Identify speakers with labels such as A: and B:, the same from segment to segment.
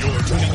A: plugged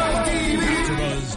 A: AfterBuzz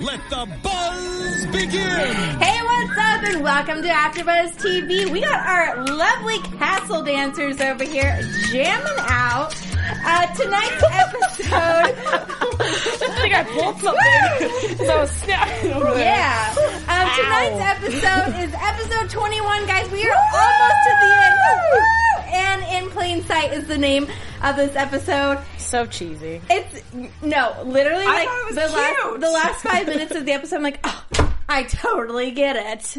A: let the buzz begin.
B: Hey, what's up, and welcome to AfterBuzz TV. We got our lovely castle dancers over here jamming out. Uh, tonight's episode,
C: I think I pulled something. so I was snapping over there.
B: yeah. Um, tonight's episode is episode 21, guys. We are almost to the end. Woo! And in plain sight is the name of this episode.
C: So cheesy.
B: It's no, literally like
C: thought it was
B: the last
C: cute.
B: the last five minutes of the episode. I'm like, oh, I totally get it.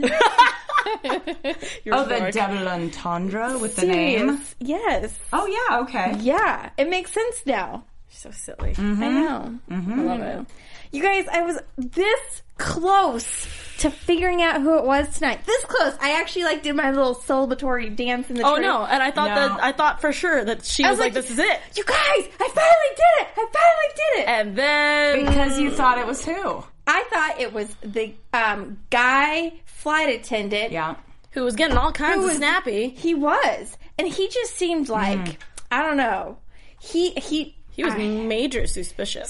C: You're
D: Oh, the
C: right.
D: double entendre with the name.
B: Yes.
D: Oh yeah, okay.
B: Yeah, it makes sense now.
C: so silly.
B: I know.
C: Mm-hmm.
B: I love it. You guys, I was this close to figuring out who it was tonight. This close. I actually like did my little celebratory dance in the
C: Oh
B: tree.
C: no! And I thought
D: No.
C: that I thought for sure that she
B: I
C: was, like, "This is it."
B: You guys, I finally did it. I finally did it.
C: And then
D: Because you thought it was who?
B: I thought it was the um, guy flight attendant.
D: Yeah.
C: who was getting all kinds
B: Who
C: of
B: was-
C: snappy?
B: He was. And he just seemed like I don't know. He he
C: Mm. He was
B: I-
C: major suspicious.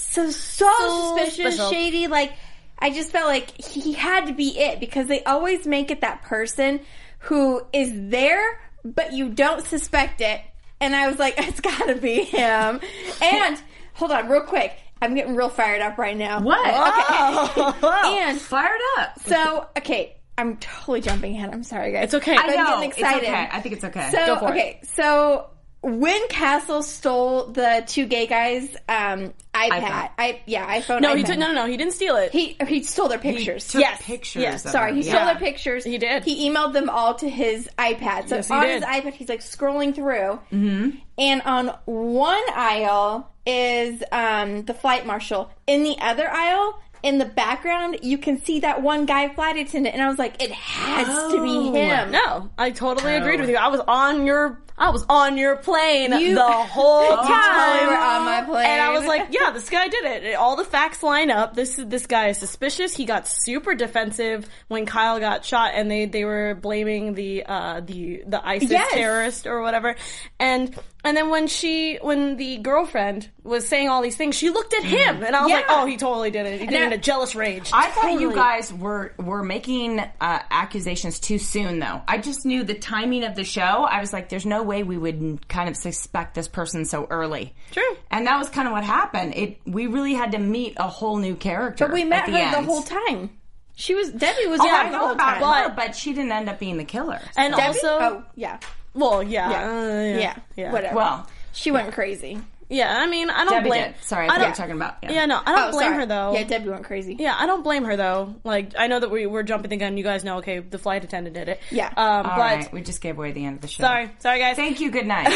B: so so,
C: So
B: suspicious,
C: special.
B: shady. Like I just felt like he had to be it because they always make it that person who is there but you don't suspect it. And I was like, it's got to be him. And hold on, real quick. I'm getting real fired up right now.
D: What?
B: Oh.
D: Okay.
B: And
D: Fired up.
B: so, okay, I'm totally jumping ahead. I'm sorry, guys.
C: It's okay.
B: I
D: No,
B: am getting excited.
D: It's okay. I think it's okay.
B: So
C: for it.
B: okay, so when Castle stole the two gay guys' um, iPad,
D: iPhone.
B: I yeah iPhone.
C: no,
B: iPad.
C: he took no, no, no. He didn't steal it.
B: He he stole their pictures.
D: took
C: Yes,
D: pictures.
C: yes,
D: of
B: Sorry,
D: them.
B: he
D: yeah.
B: stole their pictures.
C: He did.
B: He emailed them all to his iPad. So
C: Yes, he
B: on
C: did. Mm-hmm.
B: his iPad, he's like scrolling through, and on one aisle is um, the flight marshal. In the other aisle, in the background, you can see that one guy flight attendant, and I was like, it has to be him.
C: Oh. no, I totally
B: Oh.
C: agreed with you. I was on your, I was on your plane
B: You-
C: the whole
B: You totally
C: time.
B: were on my plane.
C: And I was like, yeah, this guy did it. All the facts line up. This this guy is suspicious. He got super defensive when Kyle got shot, and they, they were blaming the uh, the the ISIS
B: Yes.
C: terrorist or whatever. And and then when she when the girlfriend was saying all these things, she looked at him, and I was like,
B: Yeah.
C: oh, he totally did it. He did it in
B: I-
C: a jealous rage.
D: I thought you guys were were making uh, accusations too soon, though. I just knew the timing of the show. I was like, "There's no way we would n- kind of suspect this person so early."
C: True.
D: And that was kind of what happened. It we really had to meet a whole new character.
B: But we met
D: at
B: her
D: the end.
B: the Oh, whole time. She was Debbie was
D: Yeah,
B: around
D: I
B: the
D: know
B: whole
D: about
B: time.
C: Well,
D: her, but she didn't end up being the killer.
C: and
B: Debbie?
C: also,
B: oh yeah,
C: well, yeah,
B: yeah,
C: uh,
B: yeah,
C: yeah, yeah,
B: whatever.
D: Well,
B: she went crazy.
C: Yeah, I mean, I don't
D: Debbie
C: blame.
D: did. Sorry, I
C: I
D: thought you were
C: don't-
D: talking about. Yeah.
C: Yeah, no, I don't
B: oh,
C: blame
B: sorry.
C: her though.
B: Yeah, Debbie went crazy.
C: Yeah, I don't blame her though. Like, I know that we were jumping the gun. You guys know, okay, the flight attendant did it.
B: Yeah.
C: Um,
D: All
C: but
D: right, we just gave away the end of the show.
C: sorry, sorry guys.
D: Thank you. Good night.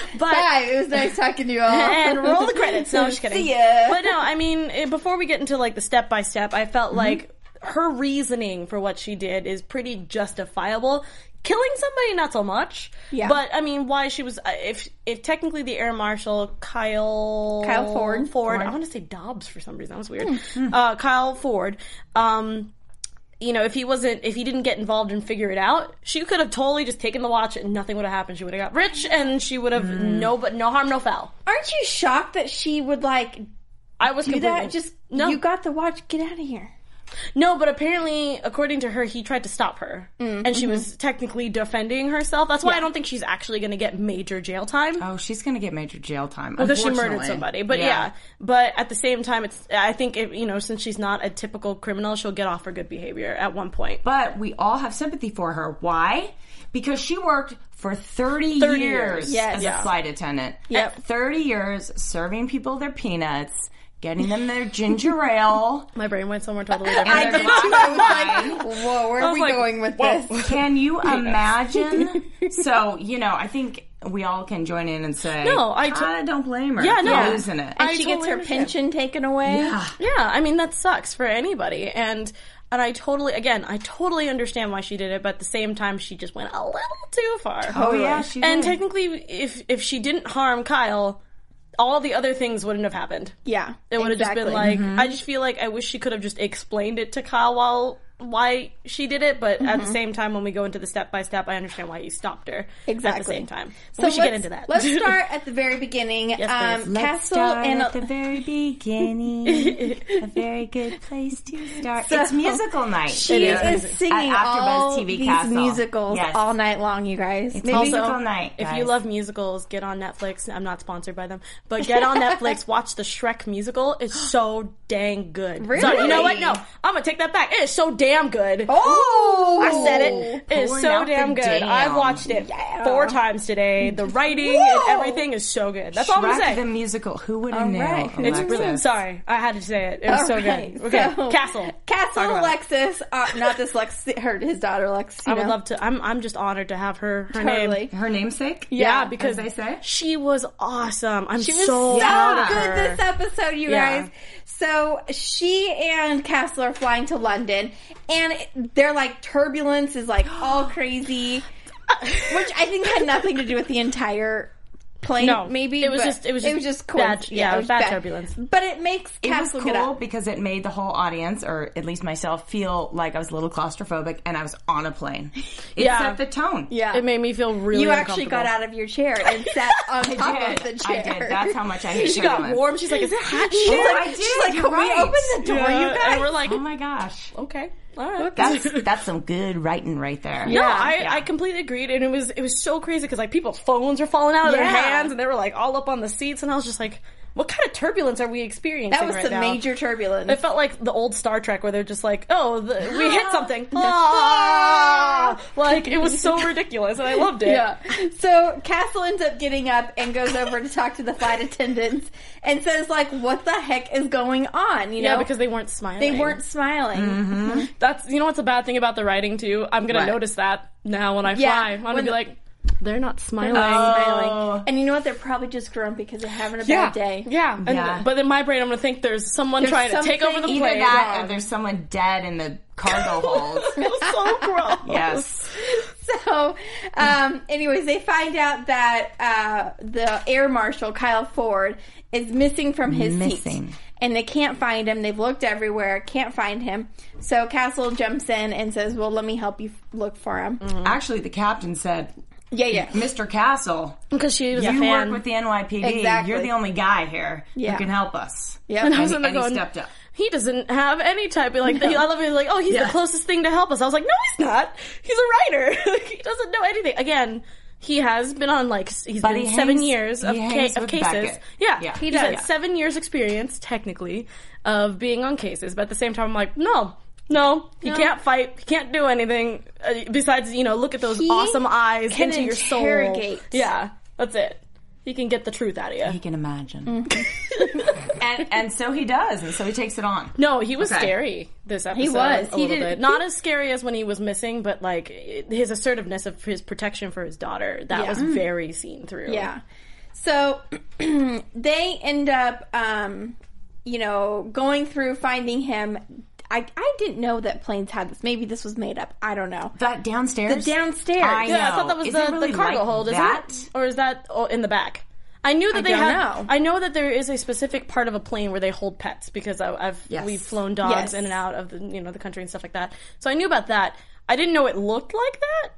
C: but
B: Bye. It was nice talking to you all.
C: and roll the credits. No, I'm just kidding.
B: See ya.
C: But no, I mean, eh, before we get into like the step by step, I felt
B: Mm-hmm.
C: like her reasoning for what she did is pretty justifiable. Killing somebody, not so much.
B: Yeah.
C: But I mean, why she was? uh, If if technically the air marshal Kyle
B: Kyle Ford. Mm,
C: Ford. I want to say Dobbs for some reason. That was weird. Uh, Kyle Ford. Um, you know, if he wasn't, if he didn't get involved and figure it out, she could have totally just taken the watch and nothing would have happened. She would have got rich and she would have
B: Mm.
C: no, but no harm, no foul.
B: Aren't you shocked that she would like
C: I was
B: do
C: completely
B: that? Just
C: no,
B: you got the watch. Get out of here.
C: no. But apparently, according to her, he tried to stop her, and she was technically defending herself. That's why I don't think she's actually going to get major jail time.
D: Oh, she's gonna get major jail time
C: because she murdered somebody. But yeah. but at the same time, it's I think if, you know since she's not a typical criminal, she'll get off for good behavior at one point.
D: But we all have sympathy for her. Why? Because she worked for 30, years,
C: 30 years. Yes.
D: as
C: Yeah.
D: a flight attendant.
C: Yep.
D: 30 years serving people their peanuts, getting them their ginger ale.
C: My brain went somewhere totally different.
B: I did too. I was like, whoa, where are we
C: like,
B: going with this?
D: Can you imagine? so, you know, I think we all can join in and say, "Ah,
C: No, I to-
D: don't blame her.
C: Yeah,
D: for
C: no.
D: losing it. Ah.
B: And
C: I Oh,
B: she gets
C: totally
B: her
C: understand.
B: pension taken away.
C: yeah, I mean that sucks for anybody. And and I totally again, I totally understand why she did it, but at the same time she just went a little too far.
D: oh yeah, she
C: and
D: did.
C: technically if if she didn't harm Kyle, all the other things wouldn't have happened.
B: Yeah.
C: It would have just been like
B: Mm-hmm.
C: I just feel like I wish she could have just explained it to Kyle while why she did it, but
B: Mm-hmm.
C: at the same time when we go into the step by step I understand why you stopped her. At the
B: Exactly.
C: same time. So we should
B: let's,
C: get into that.
B: let's start at the very beginning. um,
D: Let's
B: Castle
D: start
B: and
D: at the very beginning. a very good place to start. it's musical night.
B: she is, singing
D: At AfterBuzz
B: all
D: TV
B: these
D: Castle.
B: musicals
D: Yes.
B: all night long, you guys. Maybe-
D: also- musical night,
C: If
D: guys.
C: you love musicals, get on Netflix. I'm not sponsored by them, but get on Netflix. Watch the Shrek musical. It's so dang good. So, you know what? No, I'm gonna take that back. It is so damn good.
B: oh,
C: I said it. It is
D: Pulling
C: so
D: out the
C: damn good.
D: damn.
C: I've watched it four times today. The writing and
B: Whoa.
C: everything is so good. That's all I'm gonna
D: Shrek
C: say.
D: the musical. Who would have
B: All
D: known?
B: right. It's
C: It's
D: Alexis?
C: really sorry. I had to say it. It was
B: All
C: so
B: right,
C: good. Okay,
B: so-
C: Castle. Talk
B: Castle
C: about it.
B: Alexis, uh, not this Lex, her his daughter Lex.
C: I would love to. I'm. I'm just honored to have her. Her name.
B: Totally.
D: Her namesake?
C: Yeah,
B: Yeah,
C: because
D: as they say.
C: she was awesome. I'm
B: She was
C: so
B: so,
C: proud of
B: good
C: her.
B: this episode, you
C: Yeah.
B: guys. So she and Castle are flying to London, and it- they're like turbulence is like all crazy, which I think had nothing to do with the entire plane.
C: No,
B: maybe
C: it was
B: but
C: just- it was
B: it was
C: just
B: just
C: bad-
B: coinc-
C: yeah, it was bad turbulence.
B: But it makes
D: It was
B: Castle get
D: cool
B: up.
D: because it made the whole audience, or at least myself, feel like I was a little claustrophobic and I was on a plane. It
C: Yeah.
D: set the tone.
B: Yeah,
C: It made me feel really.
B: you actually got
C: uncomfortable.
B: out of your chair and sat on top
D: I
B: of the
D: did.
B: chair.
D: I did. That's how much I hate
C: She got
D: turbulence.
C: warm. She's like, "Is it hot?"
B: She's
C: shit?"
B: like,
D: I did,
B: she's like,
D: you're
B: can
D: right."
B: we open the door,
C: Yeah,
B: you guys?
C: And we're like,
D: Oh my gosh.
C: "Okay, all right."
D: That's that's some good writing right there.
C: no, I, I completely agreed, and it was it was so crazy because like people's phones were falling out of their
B: Yeah.
C: hands, and they were like all up on the seats, and I was just like, "What kind of turbulence are we experiencing?"
B: that was
C: right
B: some
C: now?
B: major turbulence.
C: It felt like the old Star Trek where they're just like, "Oh, the, we hit something!" Ah! like it was so ridiculous, and I loved it.
B: Yeah. So Castle ends up getting up and goes over to talk to the flight attendants and says, like, what the heck is going on? You know?
C: Yeah, because they weren't smiling.
B: they weren't smiling.
C: That's you know what's a bad thing about the writing too. I'm gonna
D: What?
C: notice that now when I
B: Yeah,
C: fly. I'm gonna
B: when
C: be
B: the-
C: like, they're not smiling.
B: Smiling. And you know what? They're probably just grumpy because they're having a
C: Mm-hmm. Oh. yeah,
B: bad day.
C: yeah. And-
D: Yeah.
C: But in my brain, I'm gonna think there's someone
B: There's
C: trying to take over the
B: something
C: plane.
D: Either that or there's someone dead in the cargo hold.
C: It was so gross.
D: Yes.
B: So, um, anyways, they find out that uh, the air marshal Kyle Ford is missing from his
D: Missing.
B: seat, and they can't find him. They've looked everywhere, can't find him. So Castle jumps in and says, "Well, let me help you f- look for him."
C: Mm.
D: Actually, the captain said,
B: Yeah, yeah.
D: "Mr. Castle,
C: Because she was a
D: you
C: fan.
D: work with the NYPD.
B: Exactly.
D: You're the only guy here
B: Yeah.
D: who can help us."
B: Yep.
C: and I was in
D: And,
C: there
D: and he
C: going,
D: stepped up.
C: he doesn't have any type of like. the- I love it. Like, oh, he's the closest thing to help us. I was like, no, he's not. He's a writer. Like, he doesn't know anything. Again, he has been on like s- he's
D: But
C: been
D: he
C: seven
D: hangs-
C: years of,
D: he
C: ca-
D: hangs
C: of
D: with
C: cases.
D: Beckett.
C: Yeah,
D: Yeah.
C: he
D: He
C: does.
B: does.
C: seven years experience technically of being on cases. But at the same time, I'm like, no. No, he can't fight. He can't do anything uh, besides, you know, look at those
B: He
C: awesome eyes
B: can
C: into your soul.
B: interrogate.
C: Yeah, that's it. He can get the truth out of you.
D: He can imagine.
C: Mm-hmm.
D: and and so he does, and so he takes it on.
C: No, he was
D: Okay.
C: scary this episode.
B: was.
C: A
B: He
C: little
B: did-
C: bit. Not as scary as when he was missing, but like his assertiveness of his protection for his daughter. That
B: Yeah.
C: was very seen through.
B: Yeah. So they end up, um, you know, going through finding him. I, I didn't know that planes had this. Maybe this was made up. I don't know.
D: That downstairs.
B: The downstairs.
D: I
C: Yeah, I
D: know.
C: thought that was
D: Is
C: the,
D: it really
C: the cargo
D: like
C: hold, is
D: that?
C: it? Or is that oh, in the back? I knew that they
B: don't
C: had.
B: know.
C: I know that there is a specific part of a plane where they hold pets because I, I've
D: Yes.
C: we've flown dogs
B: Yes.
C: in and out of the you know the country and stuff like that. So I knew about that. I didn't know it looked like that.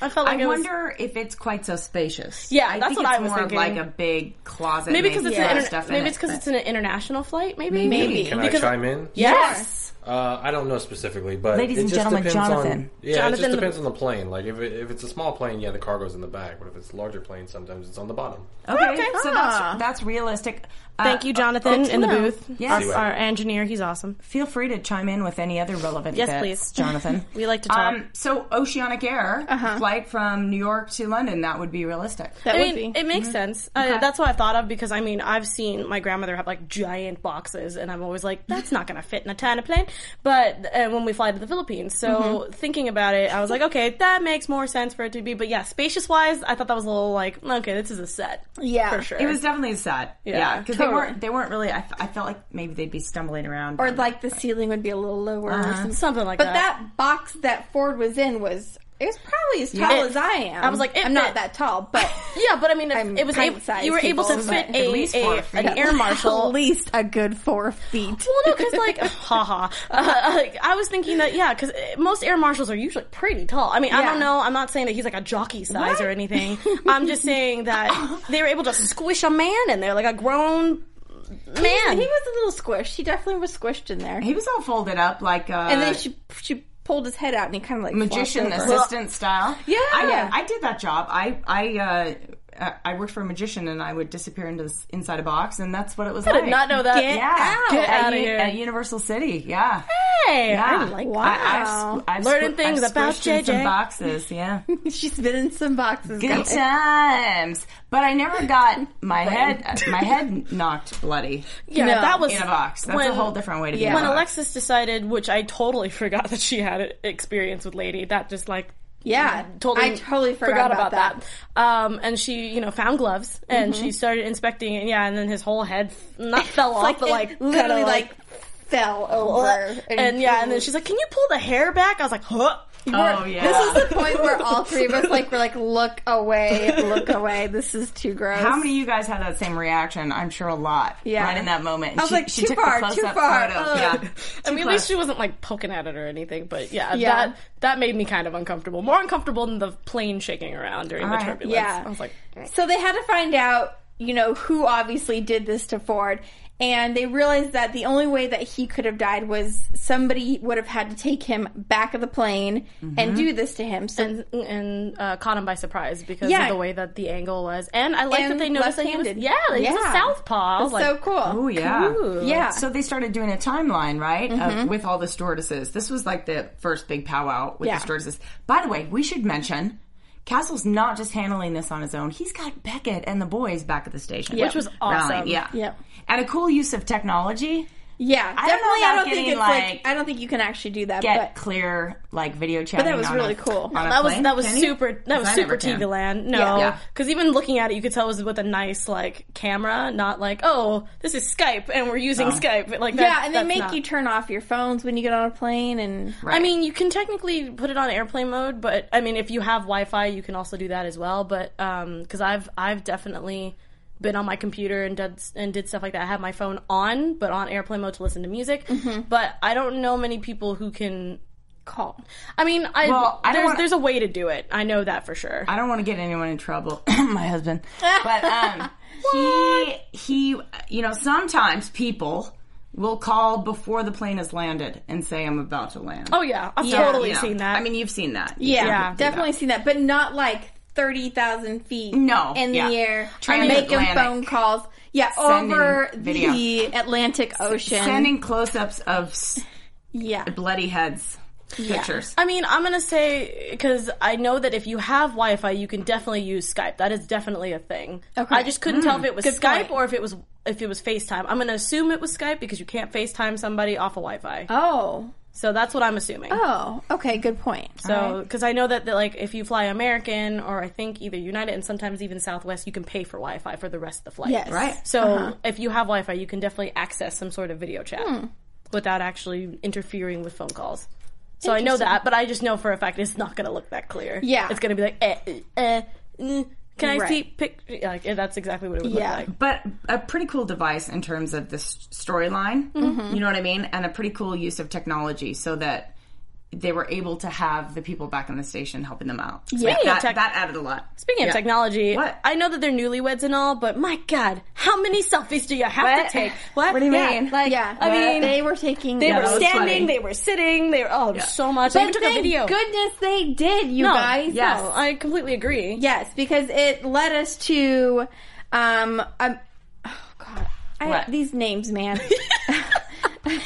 C: I felt like
D: I
C: it was
D: wonder if it's quite so spacious.
C: Yeah,
D: I
C: that's
D: think
C: what I
D: it's
C: was
D: more of
C: thinking.
D: like a big closet.
C: maybe because it's
D: with
C: an
D: a lot of
C: interna-
D: stuff in
C: maybe
D: it,
C: it's because
D: but-
C: it's an international flight. Maybe
B: Maybe.
E: Can I
C: Because-
E: chime in?
C: yes.
E: Uh, I don't know specifically, but
D: Ladies
E: it
D: and
E: just
D: gentlemen,
E: depends on-
D: Jonathan.
E: yeah, it
C: Jonathan
E: just
C: the-
E: depends on the plane. Like if, it, if it's a small plane, yeah, the cargo's in the back. But if it's a larger plane, sometimes it's on the bottom.
D: Okay,
C: Okay. Ah.
D: so that's that's realistic. Uh,
C: Thank you, Jonathan, in the
B: know.
C: booth.
D: Yes.
C: Our, our engineer, he's awesome.
D: Feel free to chime in with any other relevant
C: Yes,
D: bits,
C: please.
D: Jonathan.
C: We like to talk. Uh-huh.
D: Um, so Oceanic Air flight from New York to London that would be realistic.
B: That
C: I
B: would
C: mean,
B: be.
C: it makes sense. Uh, that's what I thought of because I mean, I've seen my grandmother have like giant boxes, and I'm always like, that's not going to fit in a tiny plane. But uh, when we fly to the Philippines, so thinking about it, I was like, okay, that makes more sense for it to be. But yeah, spacious wise, I thought that was a little like, okay, this is a set.
B: Yeah.
C: for sure.
D: It was definitely sad. Yeah, because they
B: totally.
D: weren't they weren't really. I, f- I felt like maybe they'd be stumbling around.
B: or like the ceiling would be a little lower or something.
C: Uh-huh. something like
B: but
C: that.
B: that box that Ford was in was it was probably as tall
C: It-
B: as I am.
C: I was like, it
B: I'm not
C: fit.
B: that tall, but
C: Yeah, but I mean, if
B: I'm
C: it was able,
B: pint-sized
C: you were able to
B: people,
C: fit
B: but
C: a,
D: at least
C: a-
D: four feet.
C: an air marshal.
B: at least a good four feet.
C: Well, no, because like, haha. Uh, like, I was thinking that yeah, because most air marshals are usually pretty tall. I mean, I don't
B: Yeah.
C: know. I'm not saying that he's like a jockey size or anything. I'm just saying that they were able to squish a man in there, like a grown
B: he was
C: man.
B: a little squished. He definitely was squished in there.
D: he was all folded up like a
B: And then she she pulled his head out and he kind of like
D: magician
B: flopped over.
D: assistant style.
B: Yeah.
D: I did, I did that job. I I. Uh, uh, I worked for a magician, and I would disappear into this, inside a box, and that's what it was
C: I
D: like.
C: did not know that.
B: Get
D: yeah,
B: out.
C: Get
D: at,
C: outta
D: U-
C: here.
D: at Universal City. Yeah,
C: Hey,
D: yeah.
C: I like
B: Wow.
C: that.
D: I, I've, squ- I've
C: Learning
D: squ-
C: things
D: I've
C: about
D: squished in some
C: JJ.
D: boxes. Yeah,
B: She's been in some boxes.
D: good
B: guys.
D: times. But I never got my head my head knocked bloody
C: Yeah,
B: No.
C: that was
D: in a box. That's a
C: when-
D: whole different way to be.
B: Yeah.
D: in a
C: when
D: box.
C: Alexis decided, which I totally forgot that she had an experience with Lady. That just like
B: Yeah,
C: totally,
B: I totally forgot, about, that. Mm-hmm.
C: Um, and she, you know, found gloves and she started inspecting it. Yeah, and then his whole head f- not fell off,
B: Like,
C: but
B: it
C: like
B: literally
C: kinda,
B: like, fell over.
C: and, yeah, and then she's like, "Can you pull the hair back?" I was like, "Huh."
D: Oh yeah.
B: This is the point where all three of us like were like, look away, look away. This is too gross.
D: How many of you guys had that same reaction? I'm sure a lot.
B: Yeah.
D: Right in that moment. And
B: I was like, too
D: the
B: far,
D: close-up
B: too far.
D: photo.
B: Ugh.
D: Yeah.
C: I mean, at least she wasn't like poking at it or anything, but yeah,
B: Yeah.
C: that that made me kind of uncomfortable. More uncomfortable than the plane shaking around during
D: Alright.
C: the turbulence.
B: Yeah.
C: I was like, "Mm."
B: So they had to find out, you know, who obviously did this to Ford. And they realized that the only way that he could have died was somebody would have had to take him back of the plane
D: Mm-hmm.
B: and do this to him. So
C: and, and uh, caught him by surprise because
B: Yeah.
C: of the way that the angle was, and I like that
B: And
C: they noticed that he was
B: left-handed.
C: yeah, he's
B: Yeah.
C: a southpaw. I was
B: That's so
C: like,
B: cool.
D: Oh yeah.
B: Yeah. Mm-hmm.
D: So they started doing a timeline, right? Of, with all the stewardesses. This was like the first big powwow with
B: Yeah.
D: the stewardesses. By the way, we should mention Castle's not just handling this on his own. He's got Beckett and the boys back at the station.
C: Which was awesome.
D: Rallying, Yeah.
B: Yep.
D: And a cool use of technology.
B: yeah,
D: I don't know
B: definitely. I
D: about
B: don't think
D: getting,
B: it's like,
D: like,
B: I don't think you can actually do that.
D: Get
B: but
D: clear like video chatting.
B: was
D: on
B: really
D: a-
B: cool.
D: on a
C: that was
D: plane,
C: that was
D: can you?
C: super that
D: 'Cause
C: was
D: I
C: super
D: never can.
C: TV land.
B: Yeah.
C: No, because even looking at it, you could tell it was with a nice like camera, not like oh this is Skype and we're using
D: Oh.
C: Skype. Like that,
B: yeah, and they
C: that's
B: make
C: not-
B: you turn off your phones when you get on a plane, and
C: I mean, you can technically put it on airplane mode, but I mean, if you have Wi-Fi, you can also do that as well. But because I've I've definitely been on my computer and did and did stuff like that. I have my phone on, but on airplane mode to listen to music.
D: Mm-hmm.
C: But I don't know many people who can.
B: call.
C: I mean, I,
D: Well, I don't
C: there's,
D: wanna-
C: there's a way to do it. I know that for sure.
D: I don't want to get anyone in trouble. my husband, but um, he he, you know, sometimes people will call before the plane has landed and say, "I'm about to land."
C: Oh yeah, I've
D: You
C: totally
D: know,
C: seen that.
D: I mean, you've seen that.
B: Yeah,
C: Yeah.
B: definitely seen that, but not like thirty thousand feet.
D: No,
B: in
D: yeah.
B: the air,
D: Transatlantic.
B: making phone calls. Yeah,
D: Sending
B: over
D: video.
B: the Atlantic Ocean.
D: Sending close-ups of s-
B: yeah,
D: bloody heads pictures.
C: I mean, I'm gonna say because I know that if you have Wi-Fi, you can definitely use Skype. That is definitely a thing.
B: Okay. Mm,
C: I just couldn't tell if it was
B: Good
C: Skype
B: point.
C: or if it was if it was FaceTime. I'm gonna assume it was Skype because you can't FaceTime somebody off of Wi-Fi.
B: Oh,
C: So that's what I'm assuming.
B: oh, okay, good point.
C: So, because I know that, that like if you fly American or I think either United and sometimes even Southwest, you can pay for Wi-Fi for the rest of the flight.
B: Yes. Right.
C: So
B: Uh-huh.
C: if you have Wi-Fi, you can definitely access some sort of video chat
B: Hmm.
C: without actually interfering with phone calls. So I know that, but I just know for a fact it's not going to look that clear.
B: Yeah.
C: It's going to be like, eh, eh, eh, mm, can I
B: Right.
C: see picture? Like eh, that's exactly what it would
B: Yeah.
C: look like.
D: but a pretty cool device in terms
C: Mm-hmm.
D: of this storyline. You know what I mean? And a pretty cool use of technology so that they were able to have the people back in the station helping them out.
C: Yeah.
D: Like, that,
C: Tech-
D: that added a lot.
C: Speaking of technology,
D: What?
C: I know that they're newlyweds and all, but my God, how many selfies do you have
D: What?
C: to take? What?
D: What do you
C: Yeah,
D: mean?
C: Like,
B: yeah,
C: I mean,
B: they
C: they,
B: were taking.
C: were
D: that was funny.
C: standing, they were sitting, they were oh, so much. They
B: But
C: even took a
B: thank
C: video.
B: goodness they did, you
C: no,
B: guys. Uh,
D: yes.
C: no, I completely agree.
B: Yes, because it led us to, um, um oh god, I,
D: What?
B: these names, man.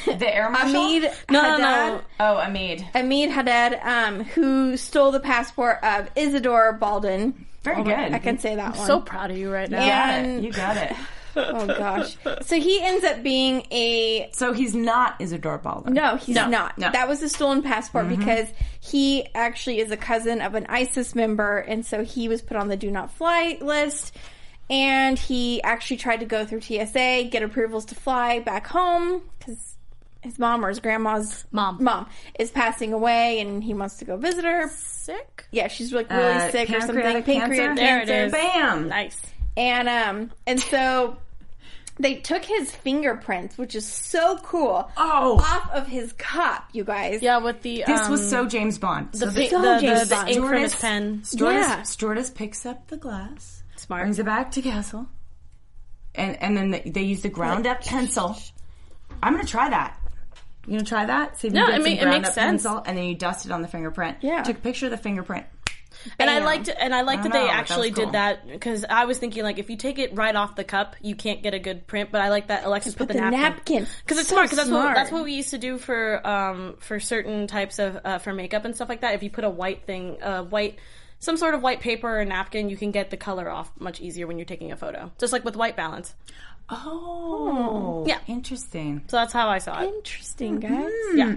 D: The air marshal.
B: Amid
C: No, no,
B: Haddad,
C: no.
D: Oh, Amid.
B: Amid Haddad, um, who stole the passport of Isidore Baldwin.
D: Very good.
B: I can say that one.
C: So proud of you right now.
B: Yeah.
D: Got it.
B: And-
D: You got it.
B: oh gosh. So he ends up being a
D: So he's not Isidore Baldwin.
B: No, he's not.
D: no. Mm-hmm.
B: That was a stolen passport because he actually is a cousin of an ISIS member, and so he was put on the do not fly list. And he actually tried to go through TSA, get approvals to fly back home because his mom or his grandma's
C: Mom.
B: mom is passing away, and he wants to go visit her.
C: Sick.
B: Yeah, she's like really
D: Uh,
B: sick or something.
D: pancreatic cancer?
B: Pancreatic
D: There
C: it
B: cancer.
C: is.
D: Bam.
C: Nice.
B: And um and so they took his fingerprints, which is so cool,
D: Oh.
B: off of his cup, you guys.
C: Yeah, with the
D: This
C: um,
D: was so James Bond. So
C: the,
D: the
C: the,
B: so
C: the,
B: James
C: the,
B: Bond.
C: the ink from his
D: Stewardess-
C: pen.
D: Stewardess,
B: Yeah.
D: stewardess picks up the glass,
C: Smart.
D: brings it back to Castle, and and then they, they use the ground up pencil. I'm gonna try that. You gonna try that? See if you
C: No,
D: can get
C: it
D: some
C: ma- it
D: ground
C: makes
D: up
C: sense.
D: pencil, and then you dust it on the fingerprint.
B: Yeah.
D: Took a picture of the fingerprint.
C: And I
B: Bam.
C: liked, and I liked
D: I
C: that they
D: know, that
C: actually
D: was cool.
C: did that because I was thinking like if you take it right off the cup, you can't get a good print. But I like that Alexis put,
B: the napkin.
C: because it's
B: So
C: smart. Because that's
B: smart.
C: what that's what we used to do for um for certain types of uh, for makeup and stuff like that. If you put a white thing, uh, white some sort of white paper or napkin, you can get the color off much easier when you're taking a photo. Just like with white balance.
D: Oh,
C: Yeah.
D: interesting.
C: So that's how I saw it.
B: Interesting, guys.
C: Yeah,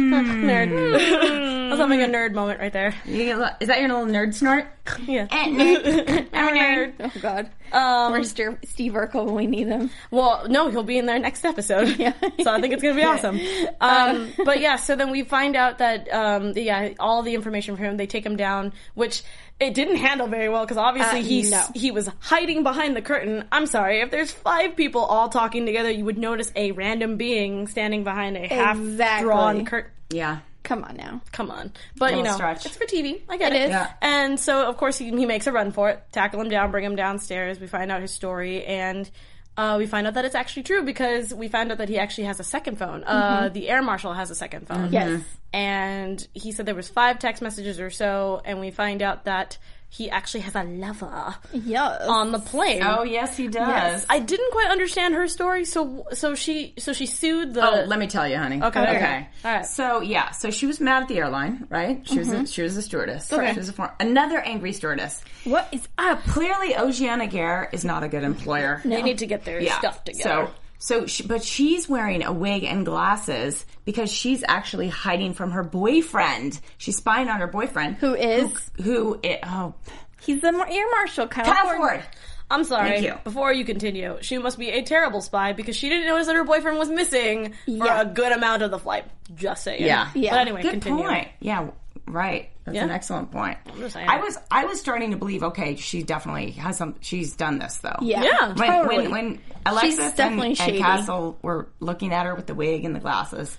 C: nerd.
B: Hmm.
C: I was having a nerd moment right there.
D: You get a little- is that your little nerd snort?
C: Yeah.
D: Eh, nerd. I'm a nerd.
B: Oh God.
C: Um,
B: Where's Steve Steve Urkel when we need him?
C: Well, no, he'll be in there next episode. so I think it's going to be awesome. Um, but yeah, so then we find out that, um, the- yeah, all the information from him, they take him down, which it didn't handle very well because obviously
B: Uh,
C: he
B: no.
C: he was hiding behind the curtain. I'm sorry, if there's five people all talking together, you would notice a random being standing behind a half
B: Exactly.
C: drawn curtain.
D: Yeah.
B: Come on now.
C: Come on. But, you
D: Little
C: know,
D: stretch.
C: it's for TV. I get
B: It
C: it.
B: is. Yeah.
C: And so, of course, he, he makes a run for it. Tackle him down, bring him downstairs. We find out his story, and uh, we find out that it's actually true because we find out that he actually has a second phone. Uh,
D: Mm-hmm.
C: the air marshal has a second phone.
B: Yes.
C: And he said there was five text messages or so, and we find out that he actually has a lover
B: Yes.
C: on the plane.
D: Oh yes, he does.
C: I didn't quite understand her story, so so she so she sued the
D: Oh, let me tell you, honey.
C: Okay.
D: Okay.
C: Okay. All right. Mm-hmm.
D: So yeah, so she was mad at the airline, right? She was a, she was a stewardess. She was a form- another angry stewardess.
B: what is up?
D: Clearly, Oceana Gare is not a good employer.
C: they need to get their
D: Yeah.
C: stuff together.
D: So, so she, but she's wearing a wig and glasses because she's actually hiding from her boyfriend. She's spying on her boyfriend,
B: Who is?
D: who it, oh,
B: He's the mar- air marshal, Kyle,
D: Kyle
B: Ford.
D: Ford.
C: I'm sorry.
D: Thank you.
C: Before you continue, she must be a terrible spy because she didn't notice that her boyfriend was missing
B: Yeah.
C: for a good amount of the flight. Just saying.
D: Yeah.
B: Yeah.
C: But anyway,
D: Good
C: continue.
D: point. Yeah, right. That's
C: Yeah.
D: an excellent point.
C: just saying.
D: I was I was starting to believe. Okay, she definitely has some. She's done this though.
B: Yeah.
C: Yeah.
D: When,
B: totally.
D: when, when Alexis and,
B: definitely shady.
D: and Castle were looking at her with the wig and the glasses,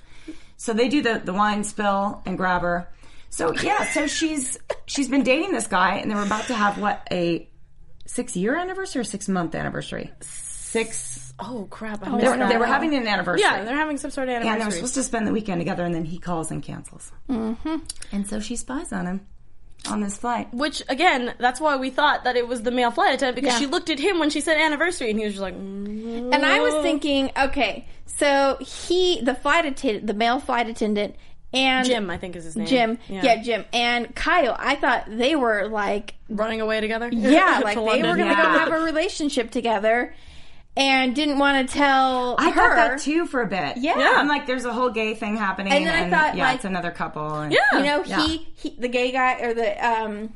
D: so they do the, the wine spill and grab her. So yeah, so she's she's been dating this guy, and they were about to have what a six year anniversary or six month anniversary. Six.
C: Oh crap! I
D: They
C: missed
D: were,
C: that.
D: they were having an anniversary.
C: yeah, they're having some sort of
D: and
C: anniversary.
D: they were supposed to spend the weekend together, and then he calls and cancels. Mm-hmm. And so she spies on him on this flight.
C: Which again, that's why we thought that it was the male flight attendant because she looked at him when she said anniversary, and he was just like, mm.
B: And I was thinking, okay, so he, the flight attendant, the male flight attendant, and
C: Jim, I think is his name.
B: Jim, yeah. Jim, and Kyle. I thought they were like,
C: running away together.
B: yeah,
C: To
B: like they
C: London.
B: were going to go
D: Yeah.
B: have a relationship together, and didn't want to tell
D: I
B: her.
D: thought that too for a bit.
B: Yeah.
D: I'm like, there's a whole gay thing happening,
B: And
D: and,
B: then I thought,
D: yeah,
B: like-
D: it's another couple. And,
C: Yeah.
B: You know,
D: Yeah.
B: he, he, the gay guy, or the um,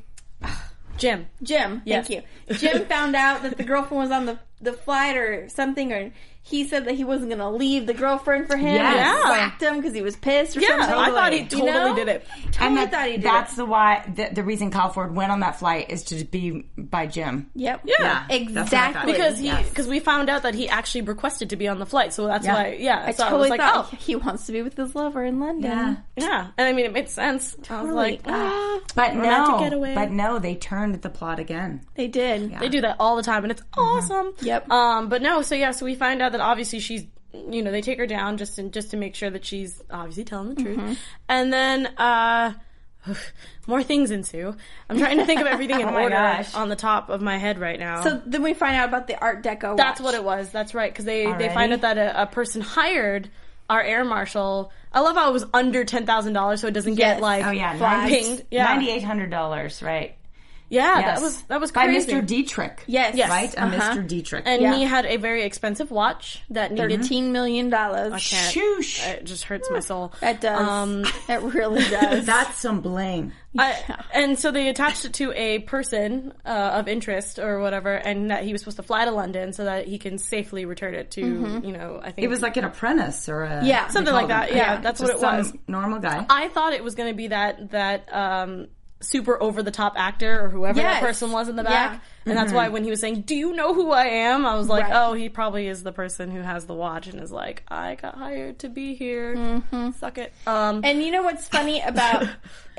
C: Jim.
B: Jim.
C: Yes.
B: Thank you. Jim found out that the girlfriend was on the the flight or something, or he said that he wasn't going to leave the girlfriend for him. And
D: Yes.
B: he whacked him because he was pissed or
C: Yeah,
B: something.
C: I thought he
B: You
C: totally
B: know?
C: did it.
B: Totally
D: And
B: thought he did
D: that's
B: it.
D: the why the, the reason Kyle Ford went on that flight is to be by Jim.
B: Yep.
C: Yeah.
D: that's what I thought.
B: Exactly.
C: because he because we found out that he actually requested to be on the flight, so that's
D: Yeah.
C: why. Yeah,
B: I
C: so
B: totally
C: I was like,
B: thought
C: oh,
B: he wants to be with his lover in London.
D: Yeah.
C: yeah, and I mean it made sense. I was like, ah.
D: But
C: Romantic
D: no,
C: getaway.
D: but no, they turned the plot again.
B: They did. Yeah.
C: They do that all the time, and it's
D: Mm-hmm.
C: awesome.
B: Yep.
C: Um, but no, so yeah, so we find out that obviously she's, you know, they take her down just in, just to make sure that she's obviously telling the
D: Mm-hmm.
C: truth, and then uh, more things ensue. I'm trying to think of everything in
D: Oh my
C: order
D: gosh.
C: on the top of my head right now.
B: So then we find out about the Art Deco.
C: That's what it was. That's right. Because they, they find out that a, a person hired our air marshal. I love how it was under ten thousand dollars, so it doesn't
B: Yes.
C: get like
D: Oh yeah,
B: Flags.
C: pinged. Yeah,
D: ninety eight hundred dollars, right?
C: yeah,
D: Yes.
C: that was that was
D: by
C: crazy.
D: Mr. Dietrich.
B: Yes. Yes.
D: right, a Mr. Dietrich.
C: and
B: Yeah.
C: he had a very expensive watch that needed.
D: Mm-hmm.
B: Thirteen million dollars.
C: Can't-
D: Shoosh.
C: It just hurts my soul.
B: That does.
C: Um,
B: it really does.
D: That's some bling.
C: I, and so they attached it to a person uh, of interest or whatever, and that he was supposed to fly to London so that he can safely return it to you know. I think
D: It was like an apprentice or a
B: Yeah.
D: they
C: something
D: call
C: like
D: them-
C: that. Yeah, that's what
D: Just
C: it was.
D: some normal guy.
C: I thought it was going to be that that um, super over the top actor or whoever
B: Yes.
C: that person was in the
B: Yeah.
C: back, and that's why when he was saying, "Do you know who I am?" I was like,
B: Right.
C: "Oh, he probably is the person who has the watch and is like, I got hired to be here. Suck it." Um,
B: And you know what's funny about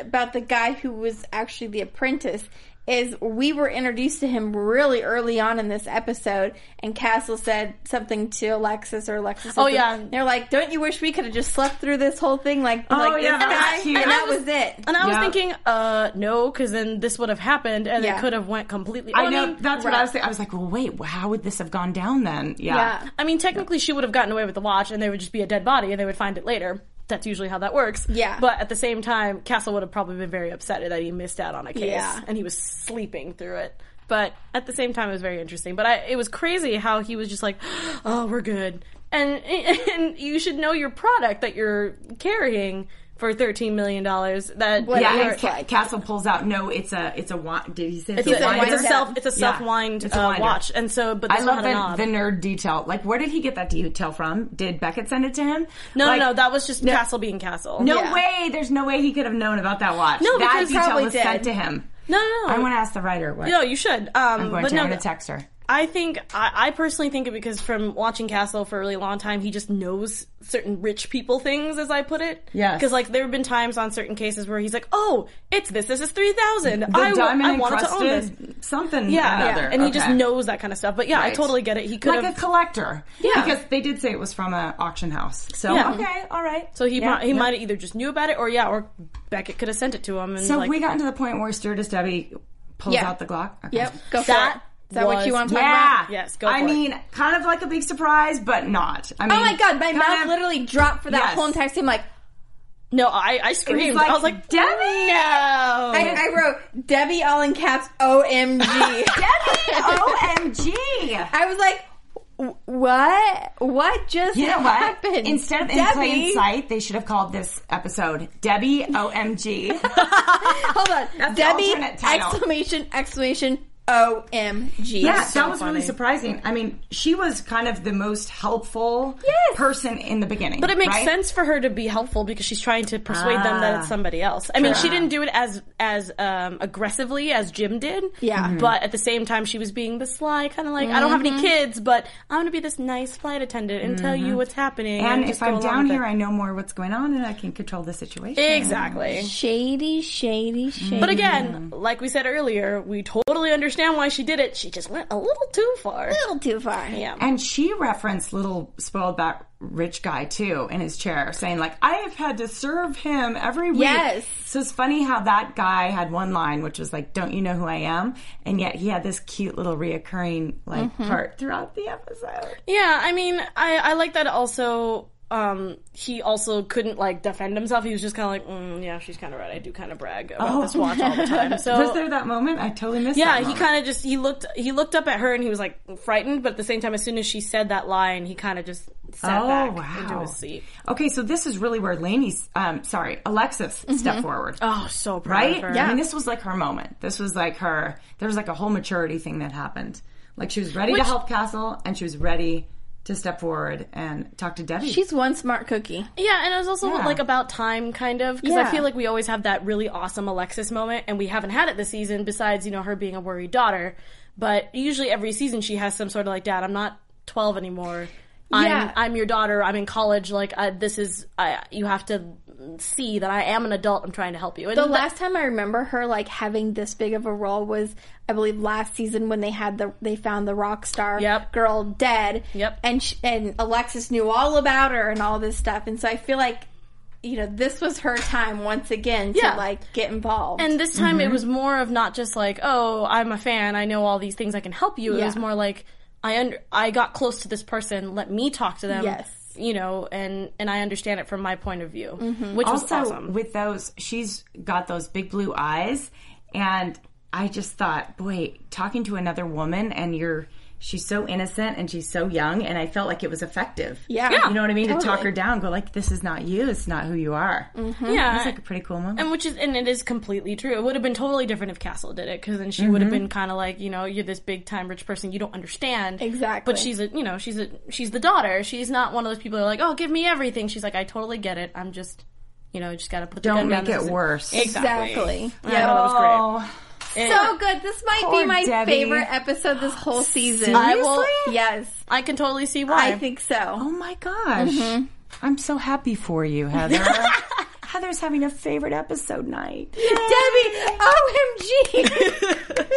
B: about the guy who was actually the apprentice is we were introduced to him really early on in this episode, and Castle said something to Alexis or Alexis.
C: Oh,
B: something.
C: yeah.
B: And they're like, "Don't you wish we could have just slept through this whole thing like
D: Oh,
B: like this
D: yeah, that was
B: guy?"
D: cute.
B: And that
C: I was-
B: was it.
C: and I was
D: Yeah.
C: thinking, uh, no, because then this would have happened, and
B: Yeah.
C: it could have went completely.
D: I
C: Well,
D: know
C: mean,
D: that's what I was thinking. I was like, well, wait, how would this have gone down then? Yeah.
B: Yeah.
C: I mean, technically, she would have gotten away with the watch, and there would just be a dead body, and they would find it later. That's usually how that works.
B: Yeah.
C: But at the same time, Castle would have probably been very upset that he missed out on a case,
B: Yeah.
C: and he was sleeping through it. But at the same time, it was very interesting. But I, it was crazy how he was just like, "Oh, we're good," and and you should know your product that you're carrying for thirteen million dollars. That
B: What
D: Yeah,
B: it
D: and
B: looks
D: Ca-
B: like.
D: Castle pulls out. No, it's a it's a wine. Did he say
C: It's a,
B: winder.
C: it's a self it's a
D: Yeah.
C: self wind
D: It's a
C: uh,
D: winder.
C: watch, and so but this
D: I
C: one
D: love
C: had a knob.
D: the, the nerd detail. Like, where did he get that detail from? Did Beckett send it to him?
C: no,
D: Like,
C: no, no, that was just Castle being Castle.
D: No
B: Yeah.
D: way. There's no way he could have known about that watch.
C: No,
D: that
C: because he
D: detail
B: probably
D: was
B: did.
D: sent to him.
C: no, no.
D: I want to ask the writer. What,
C: No, you should. Um,
D: I'm going
C: but
D: to.
C: no,
D: I'm going to text her.
C: I think I, I personally think it because from watching Castle for a really long time, he just knows certain rich people things, as I put it.
D: Yes.
C: Because like there have been times on certain cases where he's like, "Oh, it's this. This is three thousand.
D: The
C: I, wa-
D: diamond
C: I wanted to own this."
D: encrusted something.
C: Yeah,
D: or another.
C: and he just
D: Okay.
C: knows that kind of stuff. But yeah, I
D: Right.
C: totally get it. He could
D: like
C: have
D: a collector. Yeah, because they did say it was from an auction house. So
C: Yeah.
D: okay, all right.
C: So he
D: Yeah,
C: mi- he
D: yeah.
C: might have either just knew about it, or yeah, or Beckett could have sent it to him. And
D: So
C: like,
D: we gotten to the point where Stewardess Debbie pulls
B: Yeah.
D: out the Glock. Okay.
B: Yep. Go for
C: That
B: it. Is that what you want
C: was-
B: to talk
D: Yeah.
B: about?
C: Yes, go
D: I
C: for it.
D: mean, kind of like a big surprise, but not. I mean,
B: Oh my god, my
D: kind
B: mouth
D: of-
B: literally dropped for that
D: Yes.
B: whole entire scene. Like
C: no, I I
D: It was
C: screamed. I was like,
D: Debbie.
B: I, I wrote Debbie all in caps. OMG.
D: Debbie, OMG.
B: I was like, "W- what? What just
D: You know what?
B: happened?
D: Instead of in plain sight, they should have called this episode Debbie OMG.
B: Hold on,
D: That's the
B: Debbie!
D: alternate title.
B: Exclamation! Exclamation! Omg!
D: yeah,
C: so
D: that was
C: funny.
D: really surprising. I mean, she was kind of the most helpful
B: Yes.
D: person in the beginning.
C: But it makes
D: right? Ah.
C: sense for her to be helpful because she's trying to persuade them that it's somebody else. I mean, she didn't do it as as um, aggressively as Jim did.
B: Yeah. Mhm.
C: But at the same time, she was being the sly, kind of like I don't have
D: Mm-hmm.
C: any kids, but I'm gonna be this nice flight attendant and tell you what's happening.
D: And if
C: just go
D: I'm
C: along
D: down
C: with
D: here,
C: it.
D: I know more what's going on, and I can control the situation.
C: exactly.
B: Shady, shady,
D: Mm.
B: shady.
C: But again,
D: Mm-hmm.
C: like we said earlier, we totally understand why she did it. She just went a little too far.
B: a little too far. Yeah.
D: And she referenced little spoiled back rich guy too in his chair, saying like, "I have had to serve him every week."
B: Yes.
D: So it's funny how that guy had one line, which was like, "Don't you know who I am?" And yet he had this cute little reoccurring like
C: Mm-hmm.
D: part throughout the episode.
C: Yeah, I mean, I, I like that also. Um, he also couldn't like defend himself. He was just kind of like, mm, yeah, she's kind of right. I do kind of brag about Oh, this watch all the time. So
D: Was there that moment? I totally missed.
C: yeah,
D: that
C: he
D: moment.
C: kind of just he looked he looked up at her and he was like frightened, but at the same time, as soon as she said that line, he kind of just sat
D: Oh,
C: back
D: wow.
C: into his seat.
D: Okay, so this is really where Lainey's, um, sorry, Alexis stepped forward.
C: Oh, so proud
D: right?
C: of her.
D: I mean, this was like her moment. This was like her. There was like a whole maturity thing that happened. Like she was ready to help Castle and she was ready to step forward and talk to Debbie.
B: She's one smart cookie.
C: Yeah, and it was also
D: Yeah.
C: like about time, kind of, because
B: Yeah.
C: I feel like we always have that really awesome Alexis moment, and we haven't had it this season. Besides, you know, her being a worried daughter, but usually every season she has some sort of like, "Dad, I'm not 12 anymore. I'm,
B: Yeah.
C: I'm your daughter. I'm in college. Like, I, this is I, you have to see that I am an adult. I'm trying to help you." And
B: The
C: that-
B: last time I remember her like having this big of a role was, I believe, last season when they had the they found the rock star
C: Yep.
B: girl dead.
C: Yep.
B: And sh and Alexis knew all about her and all this stuff, and so I feel like, you know, this was her time once again
C: Yeah.
B: to like get involved.
C: And this time
D: Mm-hmm.
C: it was more of not just like, oh, I'm a fan, I know all these things, I can help you. It was
B: Yeah.
C: more like, I under, I got close to this person, let me talk to them.
B: Yes.
C: You know, and and I understand it from my point of view, which was
D: Mm-hmm. also
C: awesome.
D: with those she's got those big blue eyes and i just thought boy talking to another woman and you're she's so innocent and she's so young and i felt like it was effective
B: Yeah. Yeah,
D: you know what i mean to talk
B: totally.
D: her down go like this is not you it's not who you are
C: yeah,
D: mm-hmm. it's like a pretty cool moment
C: Mm-hmm. and which is and it is completely true. It would have been totally different if Castle did it because then she would have
D: Mm-hmm.
C: been kind of like, you know, you're this big time rich person, you don't understand
B: Exactly.
C: But she's a, you know, she's a she's the daughter. She's not one of those people that are like, oh, give me everything. She's like, I totally get it. I'm just. You know, just gotta put the
D: don't
C: gun down.
D: make it
C: This is-
D: worse
B: exactly.
C: I thought that was
D: oh
C: great.
B: So good. This might
D: Poor
B: be my
D: Debbie.
B: favorite episode this whole season.
D: I will-
B: Seriously? Yes,
C: I can totally see why.
B: I think so.
D: oh my gosh i'm so happy for you heather heather's having a favorite episode night
B: Debbie, OMG.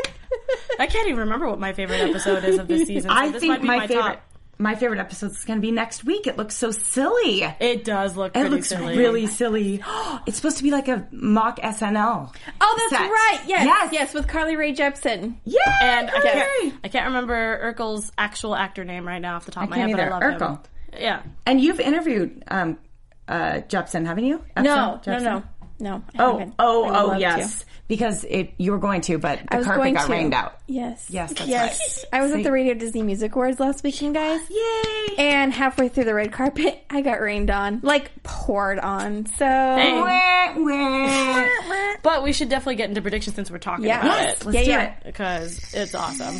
C: I can't even remember what my favorite episode is of this season. So
D: i
C: this
D: think
C: might be
D: my,
C: my,
D: favorite
C: Top.
D: my favorite episode is going to be next week it looks so silly
C: It does look.
D: It
C: Pretty
D: looks
C: silly.
D: really silly. it's supposed to be like a mock SNL.
B: Oh, that's
D: Set.
B: right. Yes,
D: Yes.
B: yes, with Carly Rae Jepsen.
D: Yeah,
C: And I can't, I can't remember Urkel's actual actor name right now off the top of my
D: can't
C: head,
D: either.
C: but I love him. Yeah.
D: And you've interviewed um, uh, Jepsen, haven't you?
B: No,
D: Epson?
B: no,
D: Jepsen?
B: no, no. I
D: Oh,
B: haven't. I
D: oh,
B: would
D: oh,
B: love to.
D: yes. Because it, you were going to, but
B: I
D: the
B: was
D: carpet
B: going
D: got
B: to.
D: rained out.
B: Yes.
D: Yes, that's
B: yes. I was at the Radio Disney Music Awards last weekend, guys.
D: right. Yay!
B: And halfway through the red carpet, I got rained on, like poured on. So
D: Wah, wah.
C: But we should definitely get into predictions since we're talking
B: yeah,
C: about
B: Yes.
C: it
D: Let's
B: yeah,
D: do
B: yeah.
D: it.
C: because it's awesome.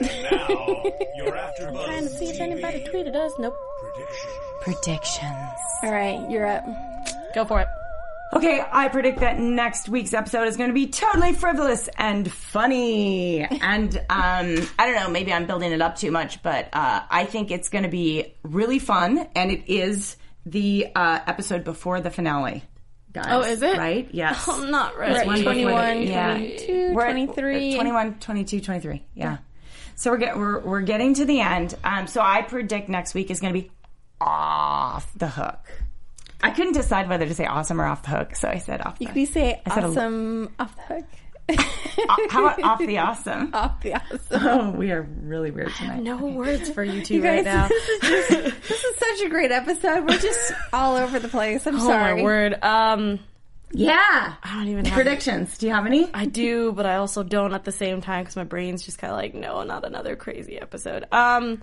A: Now, you're after
C: Trying to see if anybody tweeted us. Nope.
D: Predictions.
B: All right, you're up.
C: Go for it.
D: Okay, I predict that next week's episode is going to be totally frivolous and funny. and um, I don't know, maybe I'm building it up too much, but uh, I think it's going to be really fun. And it is the uh, episode before the finale. Guys,
C: Oh, is it? Oh,
D: Right? Yes.
C: I'm not ready.
B: Right, 21,
D: Yeah.
B: 22,
D: We're at uh,
B: 23.
D: 21, 22, 23. Yeah. So we're, get, we're, we're getting to the end. Um, so I predict next week is going to be off the hook. I couldn't decide whether to say awesome or off the hook, so I said off the
B: Can we say
D: said a- Uh,
B: awesome off the hook?
D: How about off the awesome?
B: off the awesome?
D: Oh, we are really weird tonight.
C: No words for you two
B: You guys,
C: right now.
B: this is, just- this is such a great episode. We're just all over the place. I'm
C: Oh
B: sorry.
C: my word. Um,
D: Yeah.
C: I don't even have
D: Predictions. Do you have any?
C: I do, but I also don't at the same time because my brain's just kind of like, no, not another crazy episode. Um,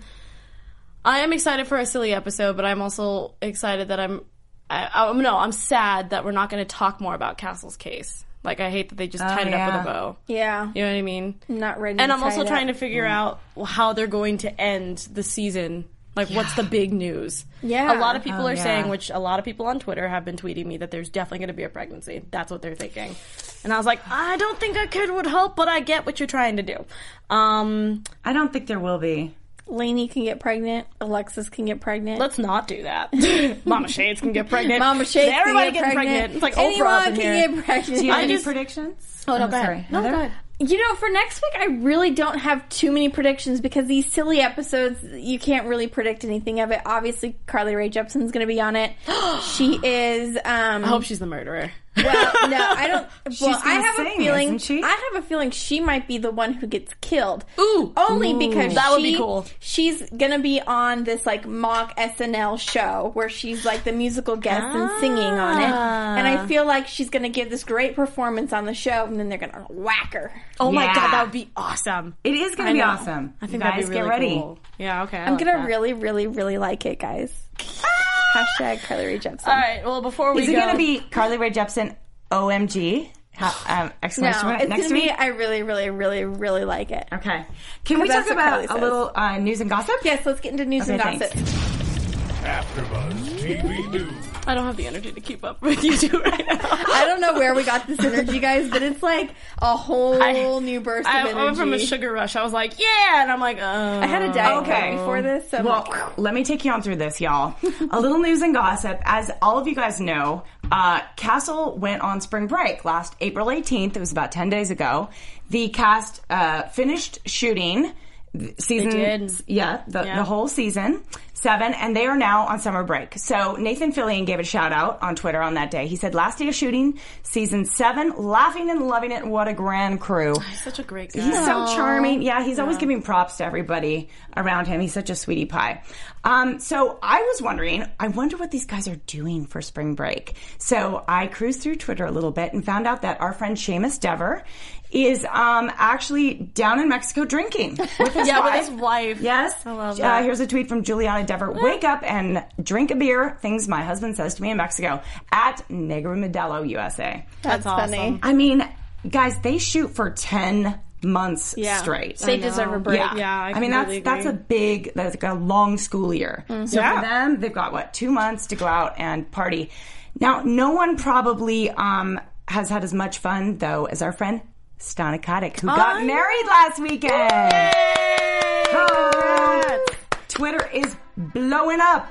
C: I am excited for a silly episode, but I'm also excited that I'm, I, I'm no, I'm sad that we're not going to talk more about Castle's case. Like, I hate that they just tied it up with
D: yeah.
C: a bow.
B: Yeah,
C: You know what I mean?
B: I'm not ready.
C: And
B: to
C: I'm
B: tie
C: also
B: it
C: trying
B: up.
C: to figure out how they're going to end the season. Like, what's the big news?
B: Yeah.
C: A lot of people
D: Oh,
C: are
D: yeah.
C: saying, which a lot of people on Twitter have been tweeting me, that there's definitely going to be a pregnancy. That's what they're thinking. And I was like, I don't think a kid would help, but I get what you're trying to do. Um,
D: I don't think there will be.
B: Lainey can get pregnant. Alexis can get pregnant.
C: let's not do that. Mama Shades can get pregnant.
B: Mama Shades can
C: Everybody
B: get
C: getting
B: pregnant.
C: pregnant. It's like
B: Anyone
C: Oprah up in
B: can
C: here.
B: get pregnant.
D: Do you have
C: I
D: any
C: just-
D: predictions?
C: Oh, no,
D: I'm
C: go ahead.
D: sorry.
C: No,
D: Heather?
C: go ahead.
B: You know, for next week, I really don't have too many predictions because these silly episodes, you can't really predict anything of it. Obviously, Carly Rae Jepsen's going to be on it. she is. Um,
C: I hope she's the murderer.
B: well, no, I don't. Well, I
D: gonna
B: have
D: sing,
B: a feeling.
D: isn't she?
B: I have a feeling she might be the one who gets killed.
C: Ooh.
B: only because
C: That would be
B: she-
C: cool.
B: She's gonna be on this like mock SNL show where she's like the musical guest and singing on it, and
D: Ah.
B: I feel like she's gonna give this great performance on the show, and then they're gonna whack her.
C: Oh my
D: Yeah.
C: god, that would be awesome.
D: It is going
C: I
D: to be
C: know.
D: awesome.
C: I think
D: you
C: that'd
D: guys
C: be
D: get
C: really
D: ready.
C: cool. Yeah, okay. I
B: I'm
C: like
B: gonna
C: that.
B: really, really, really like it, guys. Hashtag Carly Rae Jepsen.
C: All right. Well, before we
D: Is it
C: go,
D: going to be Carly Rae Jepsen OMG? Ha, um,
B: No,
D: exclamation point
B: it's
D: next
B: gonna
D: week.
B: be. I really, really, really, really like it.
D: okay. Can we
B: that's
D: talk
B: what Carly
D: about a
B: says.
D: little uh, news and gossip?
B: Yes, let's get into news
D: Okay,
B: and gossip.
A: AfterBuzz TV News.
C: I don't have the energy to keep up with you two right now.
B: I don't know where we got this energy, guys, but it's like a whole
C: I-
B: new burst of
C: I,
B: energy.
C: I went from a sugar rush. I was like, yeah, and I'm like, uh.
B: I had a diet
D: Okay.
B: okay. before this, so I'm
D: Well,
B: like,
D: let me take you on through this, y'all. a little news and gossip. As all of you guys know, uh, Castle went on spring break last April 18th. It was about 10 days ago. The cast uh, finished shooting th- season.
C: did.
D: Yeah, the,
C: Yeah.
D: the whole season seven, and they are now on summer break. So Nathan Fillion gave a shout out on Twitter on that day. He said, "Last day of shooting, season seven, laughing and loving it. What a grand crew."
C: Such a great guy.
D: He's so charming. Yeah, he's always giving props to everybody around him. He's such a sweetie pie. Um, so I was wondering, I wonder what these guys are doing for spring break. So I cruised through Twitter a little bit and found out that our friend Seamus Dever is um, actually down in Mexico drinking with his
C: yeah,
D: wife.
C: with his wife.
D: Yes.
C: I love
D: Uh,
C: that.
D: here's a tweet from Juliana Dever. Wake up and drink a beer. Things my husband says to me in Mexico at Negro Modelo USA.
B: that's,
C: awesome.
B: funny.
D: I mean, guys, they shoot for 10 months straight.
B: They deserve a break.
D: Yeah,
C: Yeah, I
D: I, mean that's
C: completely
D: that's a
C: agree. Mm-hmm.
D: big that's like a long school year. So
C: Yeah.
D: for them, they've got what two months to go out and party. Now, no one probably um, has had as much fun though as our friend Stana Katic, who got married last weekend. Oh. Twitter is blowing up.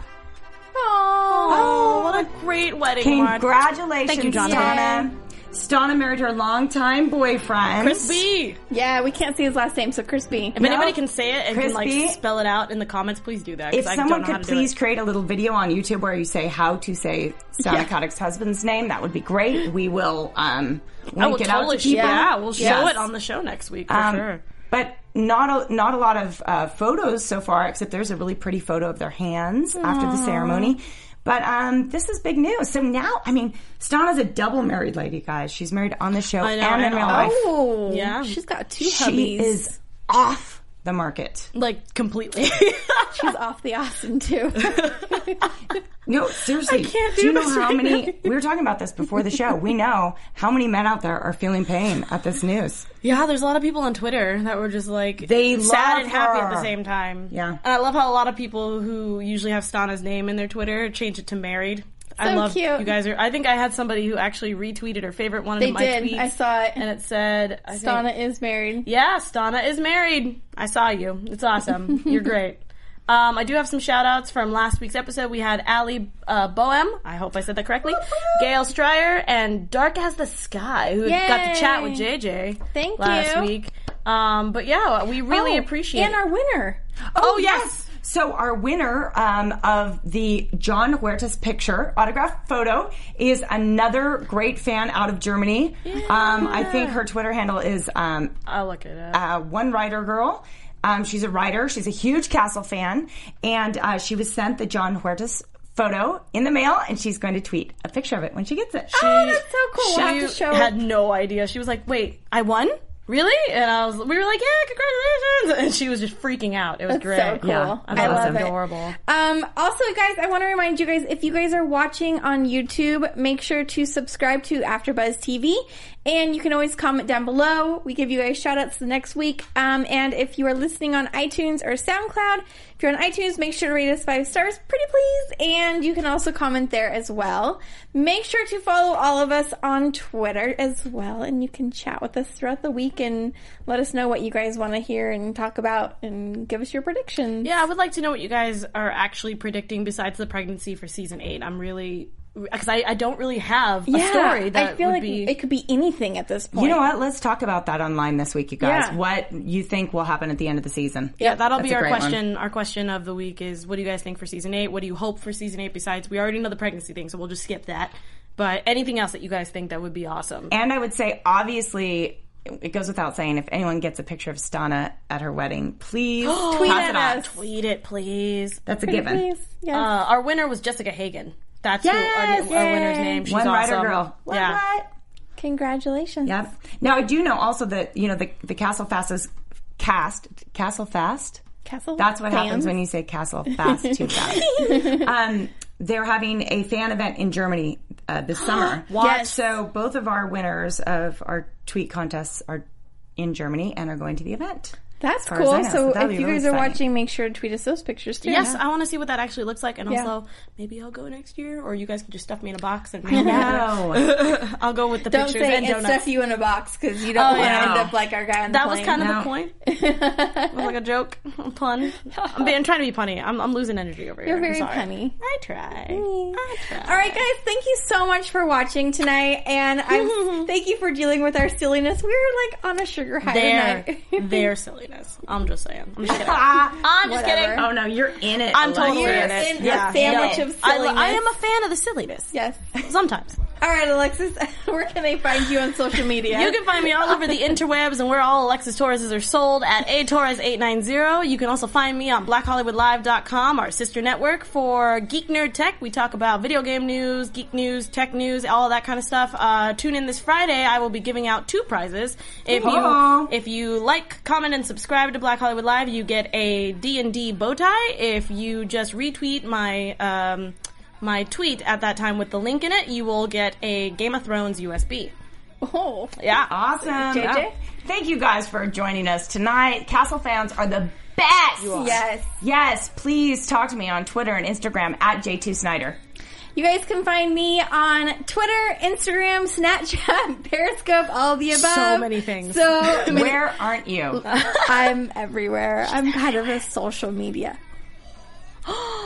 C: Oh, what a great wedding. Mark.
D: Congratulations,
C: Thank you, Jonathan.
D: Stana. Stana married her longtime boyfriend.
C: Chris B.
B: Yeah, we can't see his last name, so Chris B.
C: If anybody can say it and can
D: Crispy.
C: like spell it out in the comments, please do that. 'cause
D: If
C: I
D: someone
C: don't know how
D: could
C: to do
D: please
C: it.
D: create a little video on YouTube where you say how to say Sana
C: Yeah.
D: Kotick's husband's name, that would be great. We will um,
C: I
D: link
C: will
D: it
C: totally
D: out to people.
C: yeah, we'll show
D: Yes.
C: it on the show next week for
D: Um,
C: sure.
D: But not a, not a lot of uh, photos so far, except there's a really pretty photo of their hands after the ceremony. But um, this is big news. So now, I mean, Stana's a double married lady, guys. She's married on the show
C: know,
D: and in
C: and
D: real
C: off.
D: life.
B: Oh,
C: Yeah.
B: she's got two
D: she
B: hubbies.
D: is off the market.
C: Like completely.
B: She's off the Austin too.
D: No, seriously.
C: can't
D: do you
C: do
D: know
C: this
D: how
C: right
D: many?
C: now.
D: We were talking about this before the show. We know how many men out there are feeling pain at this news.
C: yeah, there's a lot of people on Twitter that were just like
D: They
C: sad
D: love
C: and happy at
D: her.
C: the same time.
D: Yeah.
C: And I love how a lot of people who usually have Stana's name in their Twitter change it to married. I
B: So
C: love
B: cute.
C: you guys are I think I had somebody who actually retweeted her favorite one
B: they
C: of my
B: did.
C: tweets
B: I saw it.
C: and it said I think-
B: Donna is married.
C: Yeah, Stana is married. I saw you. It's awesome. You're great. Um, I do have some shout outs from last week's episode. We had Ali uh, Boehm, I hope I said that correctly, Gail Stryer, and Dark as the Sky, who got to chat with
B: Yay.
C: JJ
B: Thank
C: last
B: you.
C: week. Um, but yeah, we really
B: Oh,
C: appreciate
B: And our winner.
D: Oh, yes. So our winner um, of the John Huertas picture autographed photo is another great fan out of Germany. Um, I think her Twitter handle is um,
C: I'll Oh, look it up.
D: uh, one writer girl. Um, she's a writer. She's a huge Castle fan, and uh, she was sent the John Huertas photo in the mail, and she's going to tweet a picture of it when she gets it.
B: Oh, that's so cool. We'll
C: She
B: have to show
C: had no idea. She was like, "Wait, I won." Really? And I was, we were like, yeah, congratulations! And she was just freaking out. It was
B: That's
C: great.
B: so cool.
D: Yeah,
C: I,
D: I
C: thought
B: love
C: it was
B: it.
C: adorable.
B: Um, also, guys, I want to remind you guys if you guys are watching on YouTube, make sure to subscribe to AfterBuzz TV, and you can always comment down below. We give you guys shout outs the next week. Um, and if you are listening on iTunes or SoundCloud, if you're on iTunes, make sure to rate us five stars, pretty please, and you can also comment there as well. Make sure to follow all of us on Twitter as well, and you can chat with us throughout the week and let us know what you guys want to hear and talk about, and give us your predictions.
C: Yeah, I would like to know what you guys are actually predicting besides the pregnancy for season eight. I'm really because I, I don't really have a story that
B: I feel
C: would
B: like
C: be.
B: it could be anything at this point.
D: You know what? Let's talk about that online this week, you guys.
B: Yeah.
D: What you think will happen at the end of the season?
C: yeah, that'll
D: That's
C: be
D: a
C: our
D: great one.
C: question. Our question of the week is: What do you guys think for season eight? What do you hope for season eight? Besides, we already know the pregnancy thing, so we'll just skip that. But anything else that you guys think that would be awesome?
D: And I would say, obviously, it goes without saying, if anyone gets a picture of Stana at her wedding, please
B: Tweet
D: pass
B: at
D: it on.
B: us.
C: Uh, Tweet it, please.
D: That's a given. Um,
B: Please, yes.
C: Uh, our winner was Jessica Hagen. That's
D: Yes,
C: who our, our winner's
B: yay.
C: name. She's
D: One writer
C: awesome.
D: girl. What,
C: yeah.
D: what?
B: Congratulations.
D: Yep. Now I do know also that you know the the Castle Fast is cast Castle Fast.
B: Castle
D: That's what
B: fans.
D: happens when you say Castle Fast too fast. um, they're having a fan event in Germany uh, this summer.
B: Yes.
D: So both of our winners of our tweet contests are in Germany and are going to the event.
B: That's
D: far as I
B: cool.
D: know, so
B: so
D: that'll
B: if
D: be
B: you
D: really
B: guys are
D: exciting.
B: watching, make sure to tweet us those pictures too.
C: Yes, I want to see what that actually looks like, and
B: Yeah.
C: also maybe I'll go next year, or you guys can just stuff me in a box and I'll go with the
B: Don't
C: pictures
B: say
C: and
B: and Oh,
C: donuts.
B: stuff you in a box because you don't want to
D: yeah.
B: end up like our guy on the
C: that was
B: plane.
C: kind of
D: No.
C: a coin, It was like a joke, a pun. I'm, being, I'm trying to be punny. I'm, I'm losing energy over here.
B: You're very
C: I'm sorry.
B: funny.
C: I try. I try.
B: All right, guys, thank you so much for watching tonight, and I thank you for dealing with our silliness. We were like on a sugar high
C: Their,
B: tonight.
C: their silliness. I'm just saying. I'm just kidding.
D: Ah,
C: I'm just
B: Whatever.
C: kidding.
D: oh no, you're in it.
C: I'm totally
B: You're
D: Alexis.
C: in it.
B: in a sandwich
C: No.
B: of
C: I, lo-
B: silliness.
C: I am a fan of the silliness.
B: yes.
C: Sometimes.
B: All right, Alexis, where can they find you on social media?
C: You can find me all over the interwebs and where all Alexis Torreses are sold at atorres890. You can also find me on blackhollywoodlive.com, our sister network for Geek Nerd Tech. We talk about video game news, geek news, tech news, all that kind of stuff. Uh, tune in this Friday. I will be giving out two prizes. If
D: Aw.
C: you if you like, comment, and subscribe to Black Hollywood Live, you get a D&D bow tie. If you just retweet my... Um, my tweet at that time with the link in it, you will get a Game of Thrones USB.
B: oh,
C: Yeah.
D: Awesome.
B: JJ?
D: Oh, thank you guys for joining us tonight. Castle fans are the best.
B: yes.
D: Yes, please talk to me on Twitter and Instagram at J2 Snyder.
B: You guys can find me on Twitter, Instagram, Snapchat, Periscope, all the above.
C: many things.
B: So many-
D: Where aren't you?
B: I'm everywhere. I'm kind of a social media.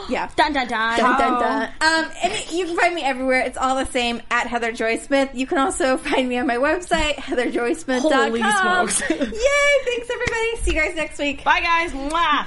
B: Yeah.
C: Dun dun dun.
B: Dun, dun, dun. Um, and it- you can find me everywhere. It's all the same at Heather Joy Smith. You can also find me on my website, heatherjoysmith.com.
C: Holy smokes.
B: Yay! Thanks, everybody. See you guys next week.
C: Bye guys. Mwah.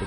F: The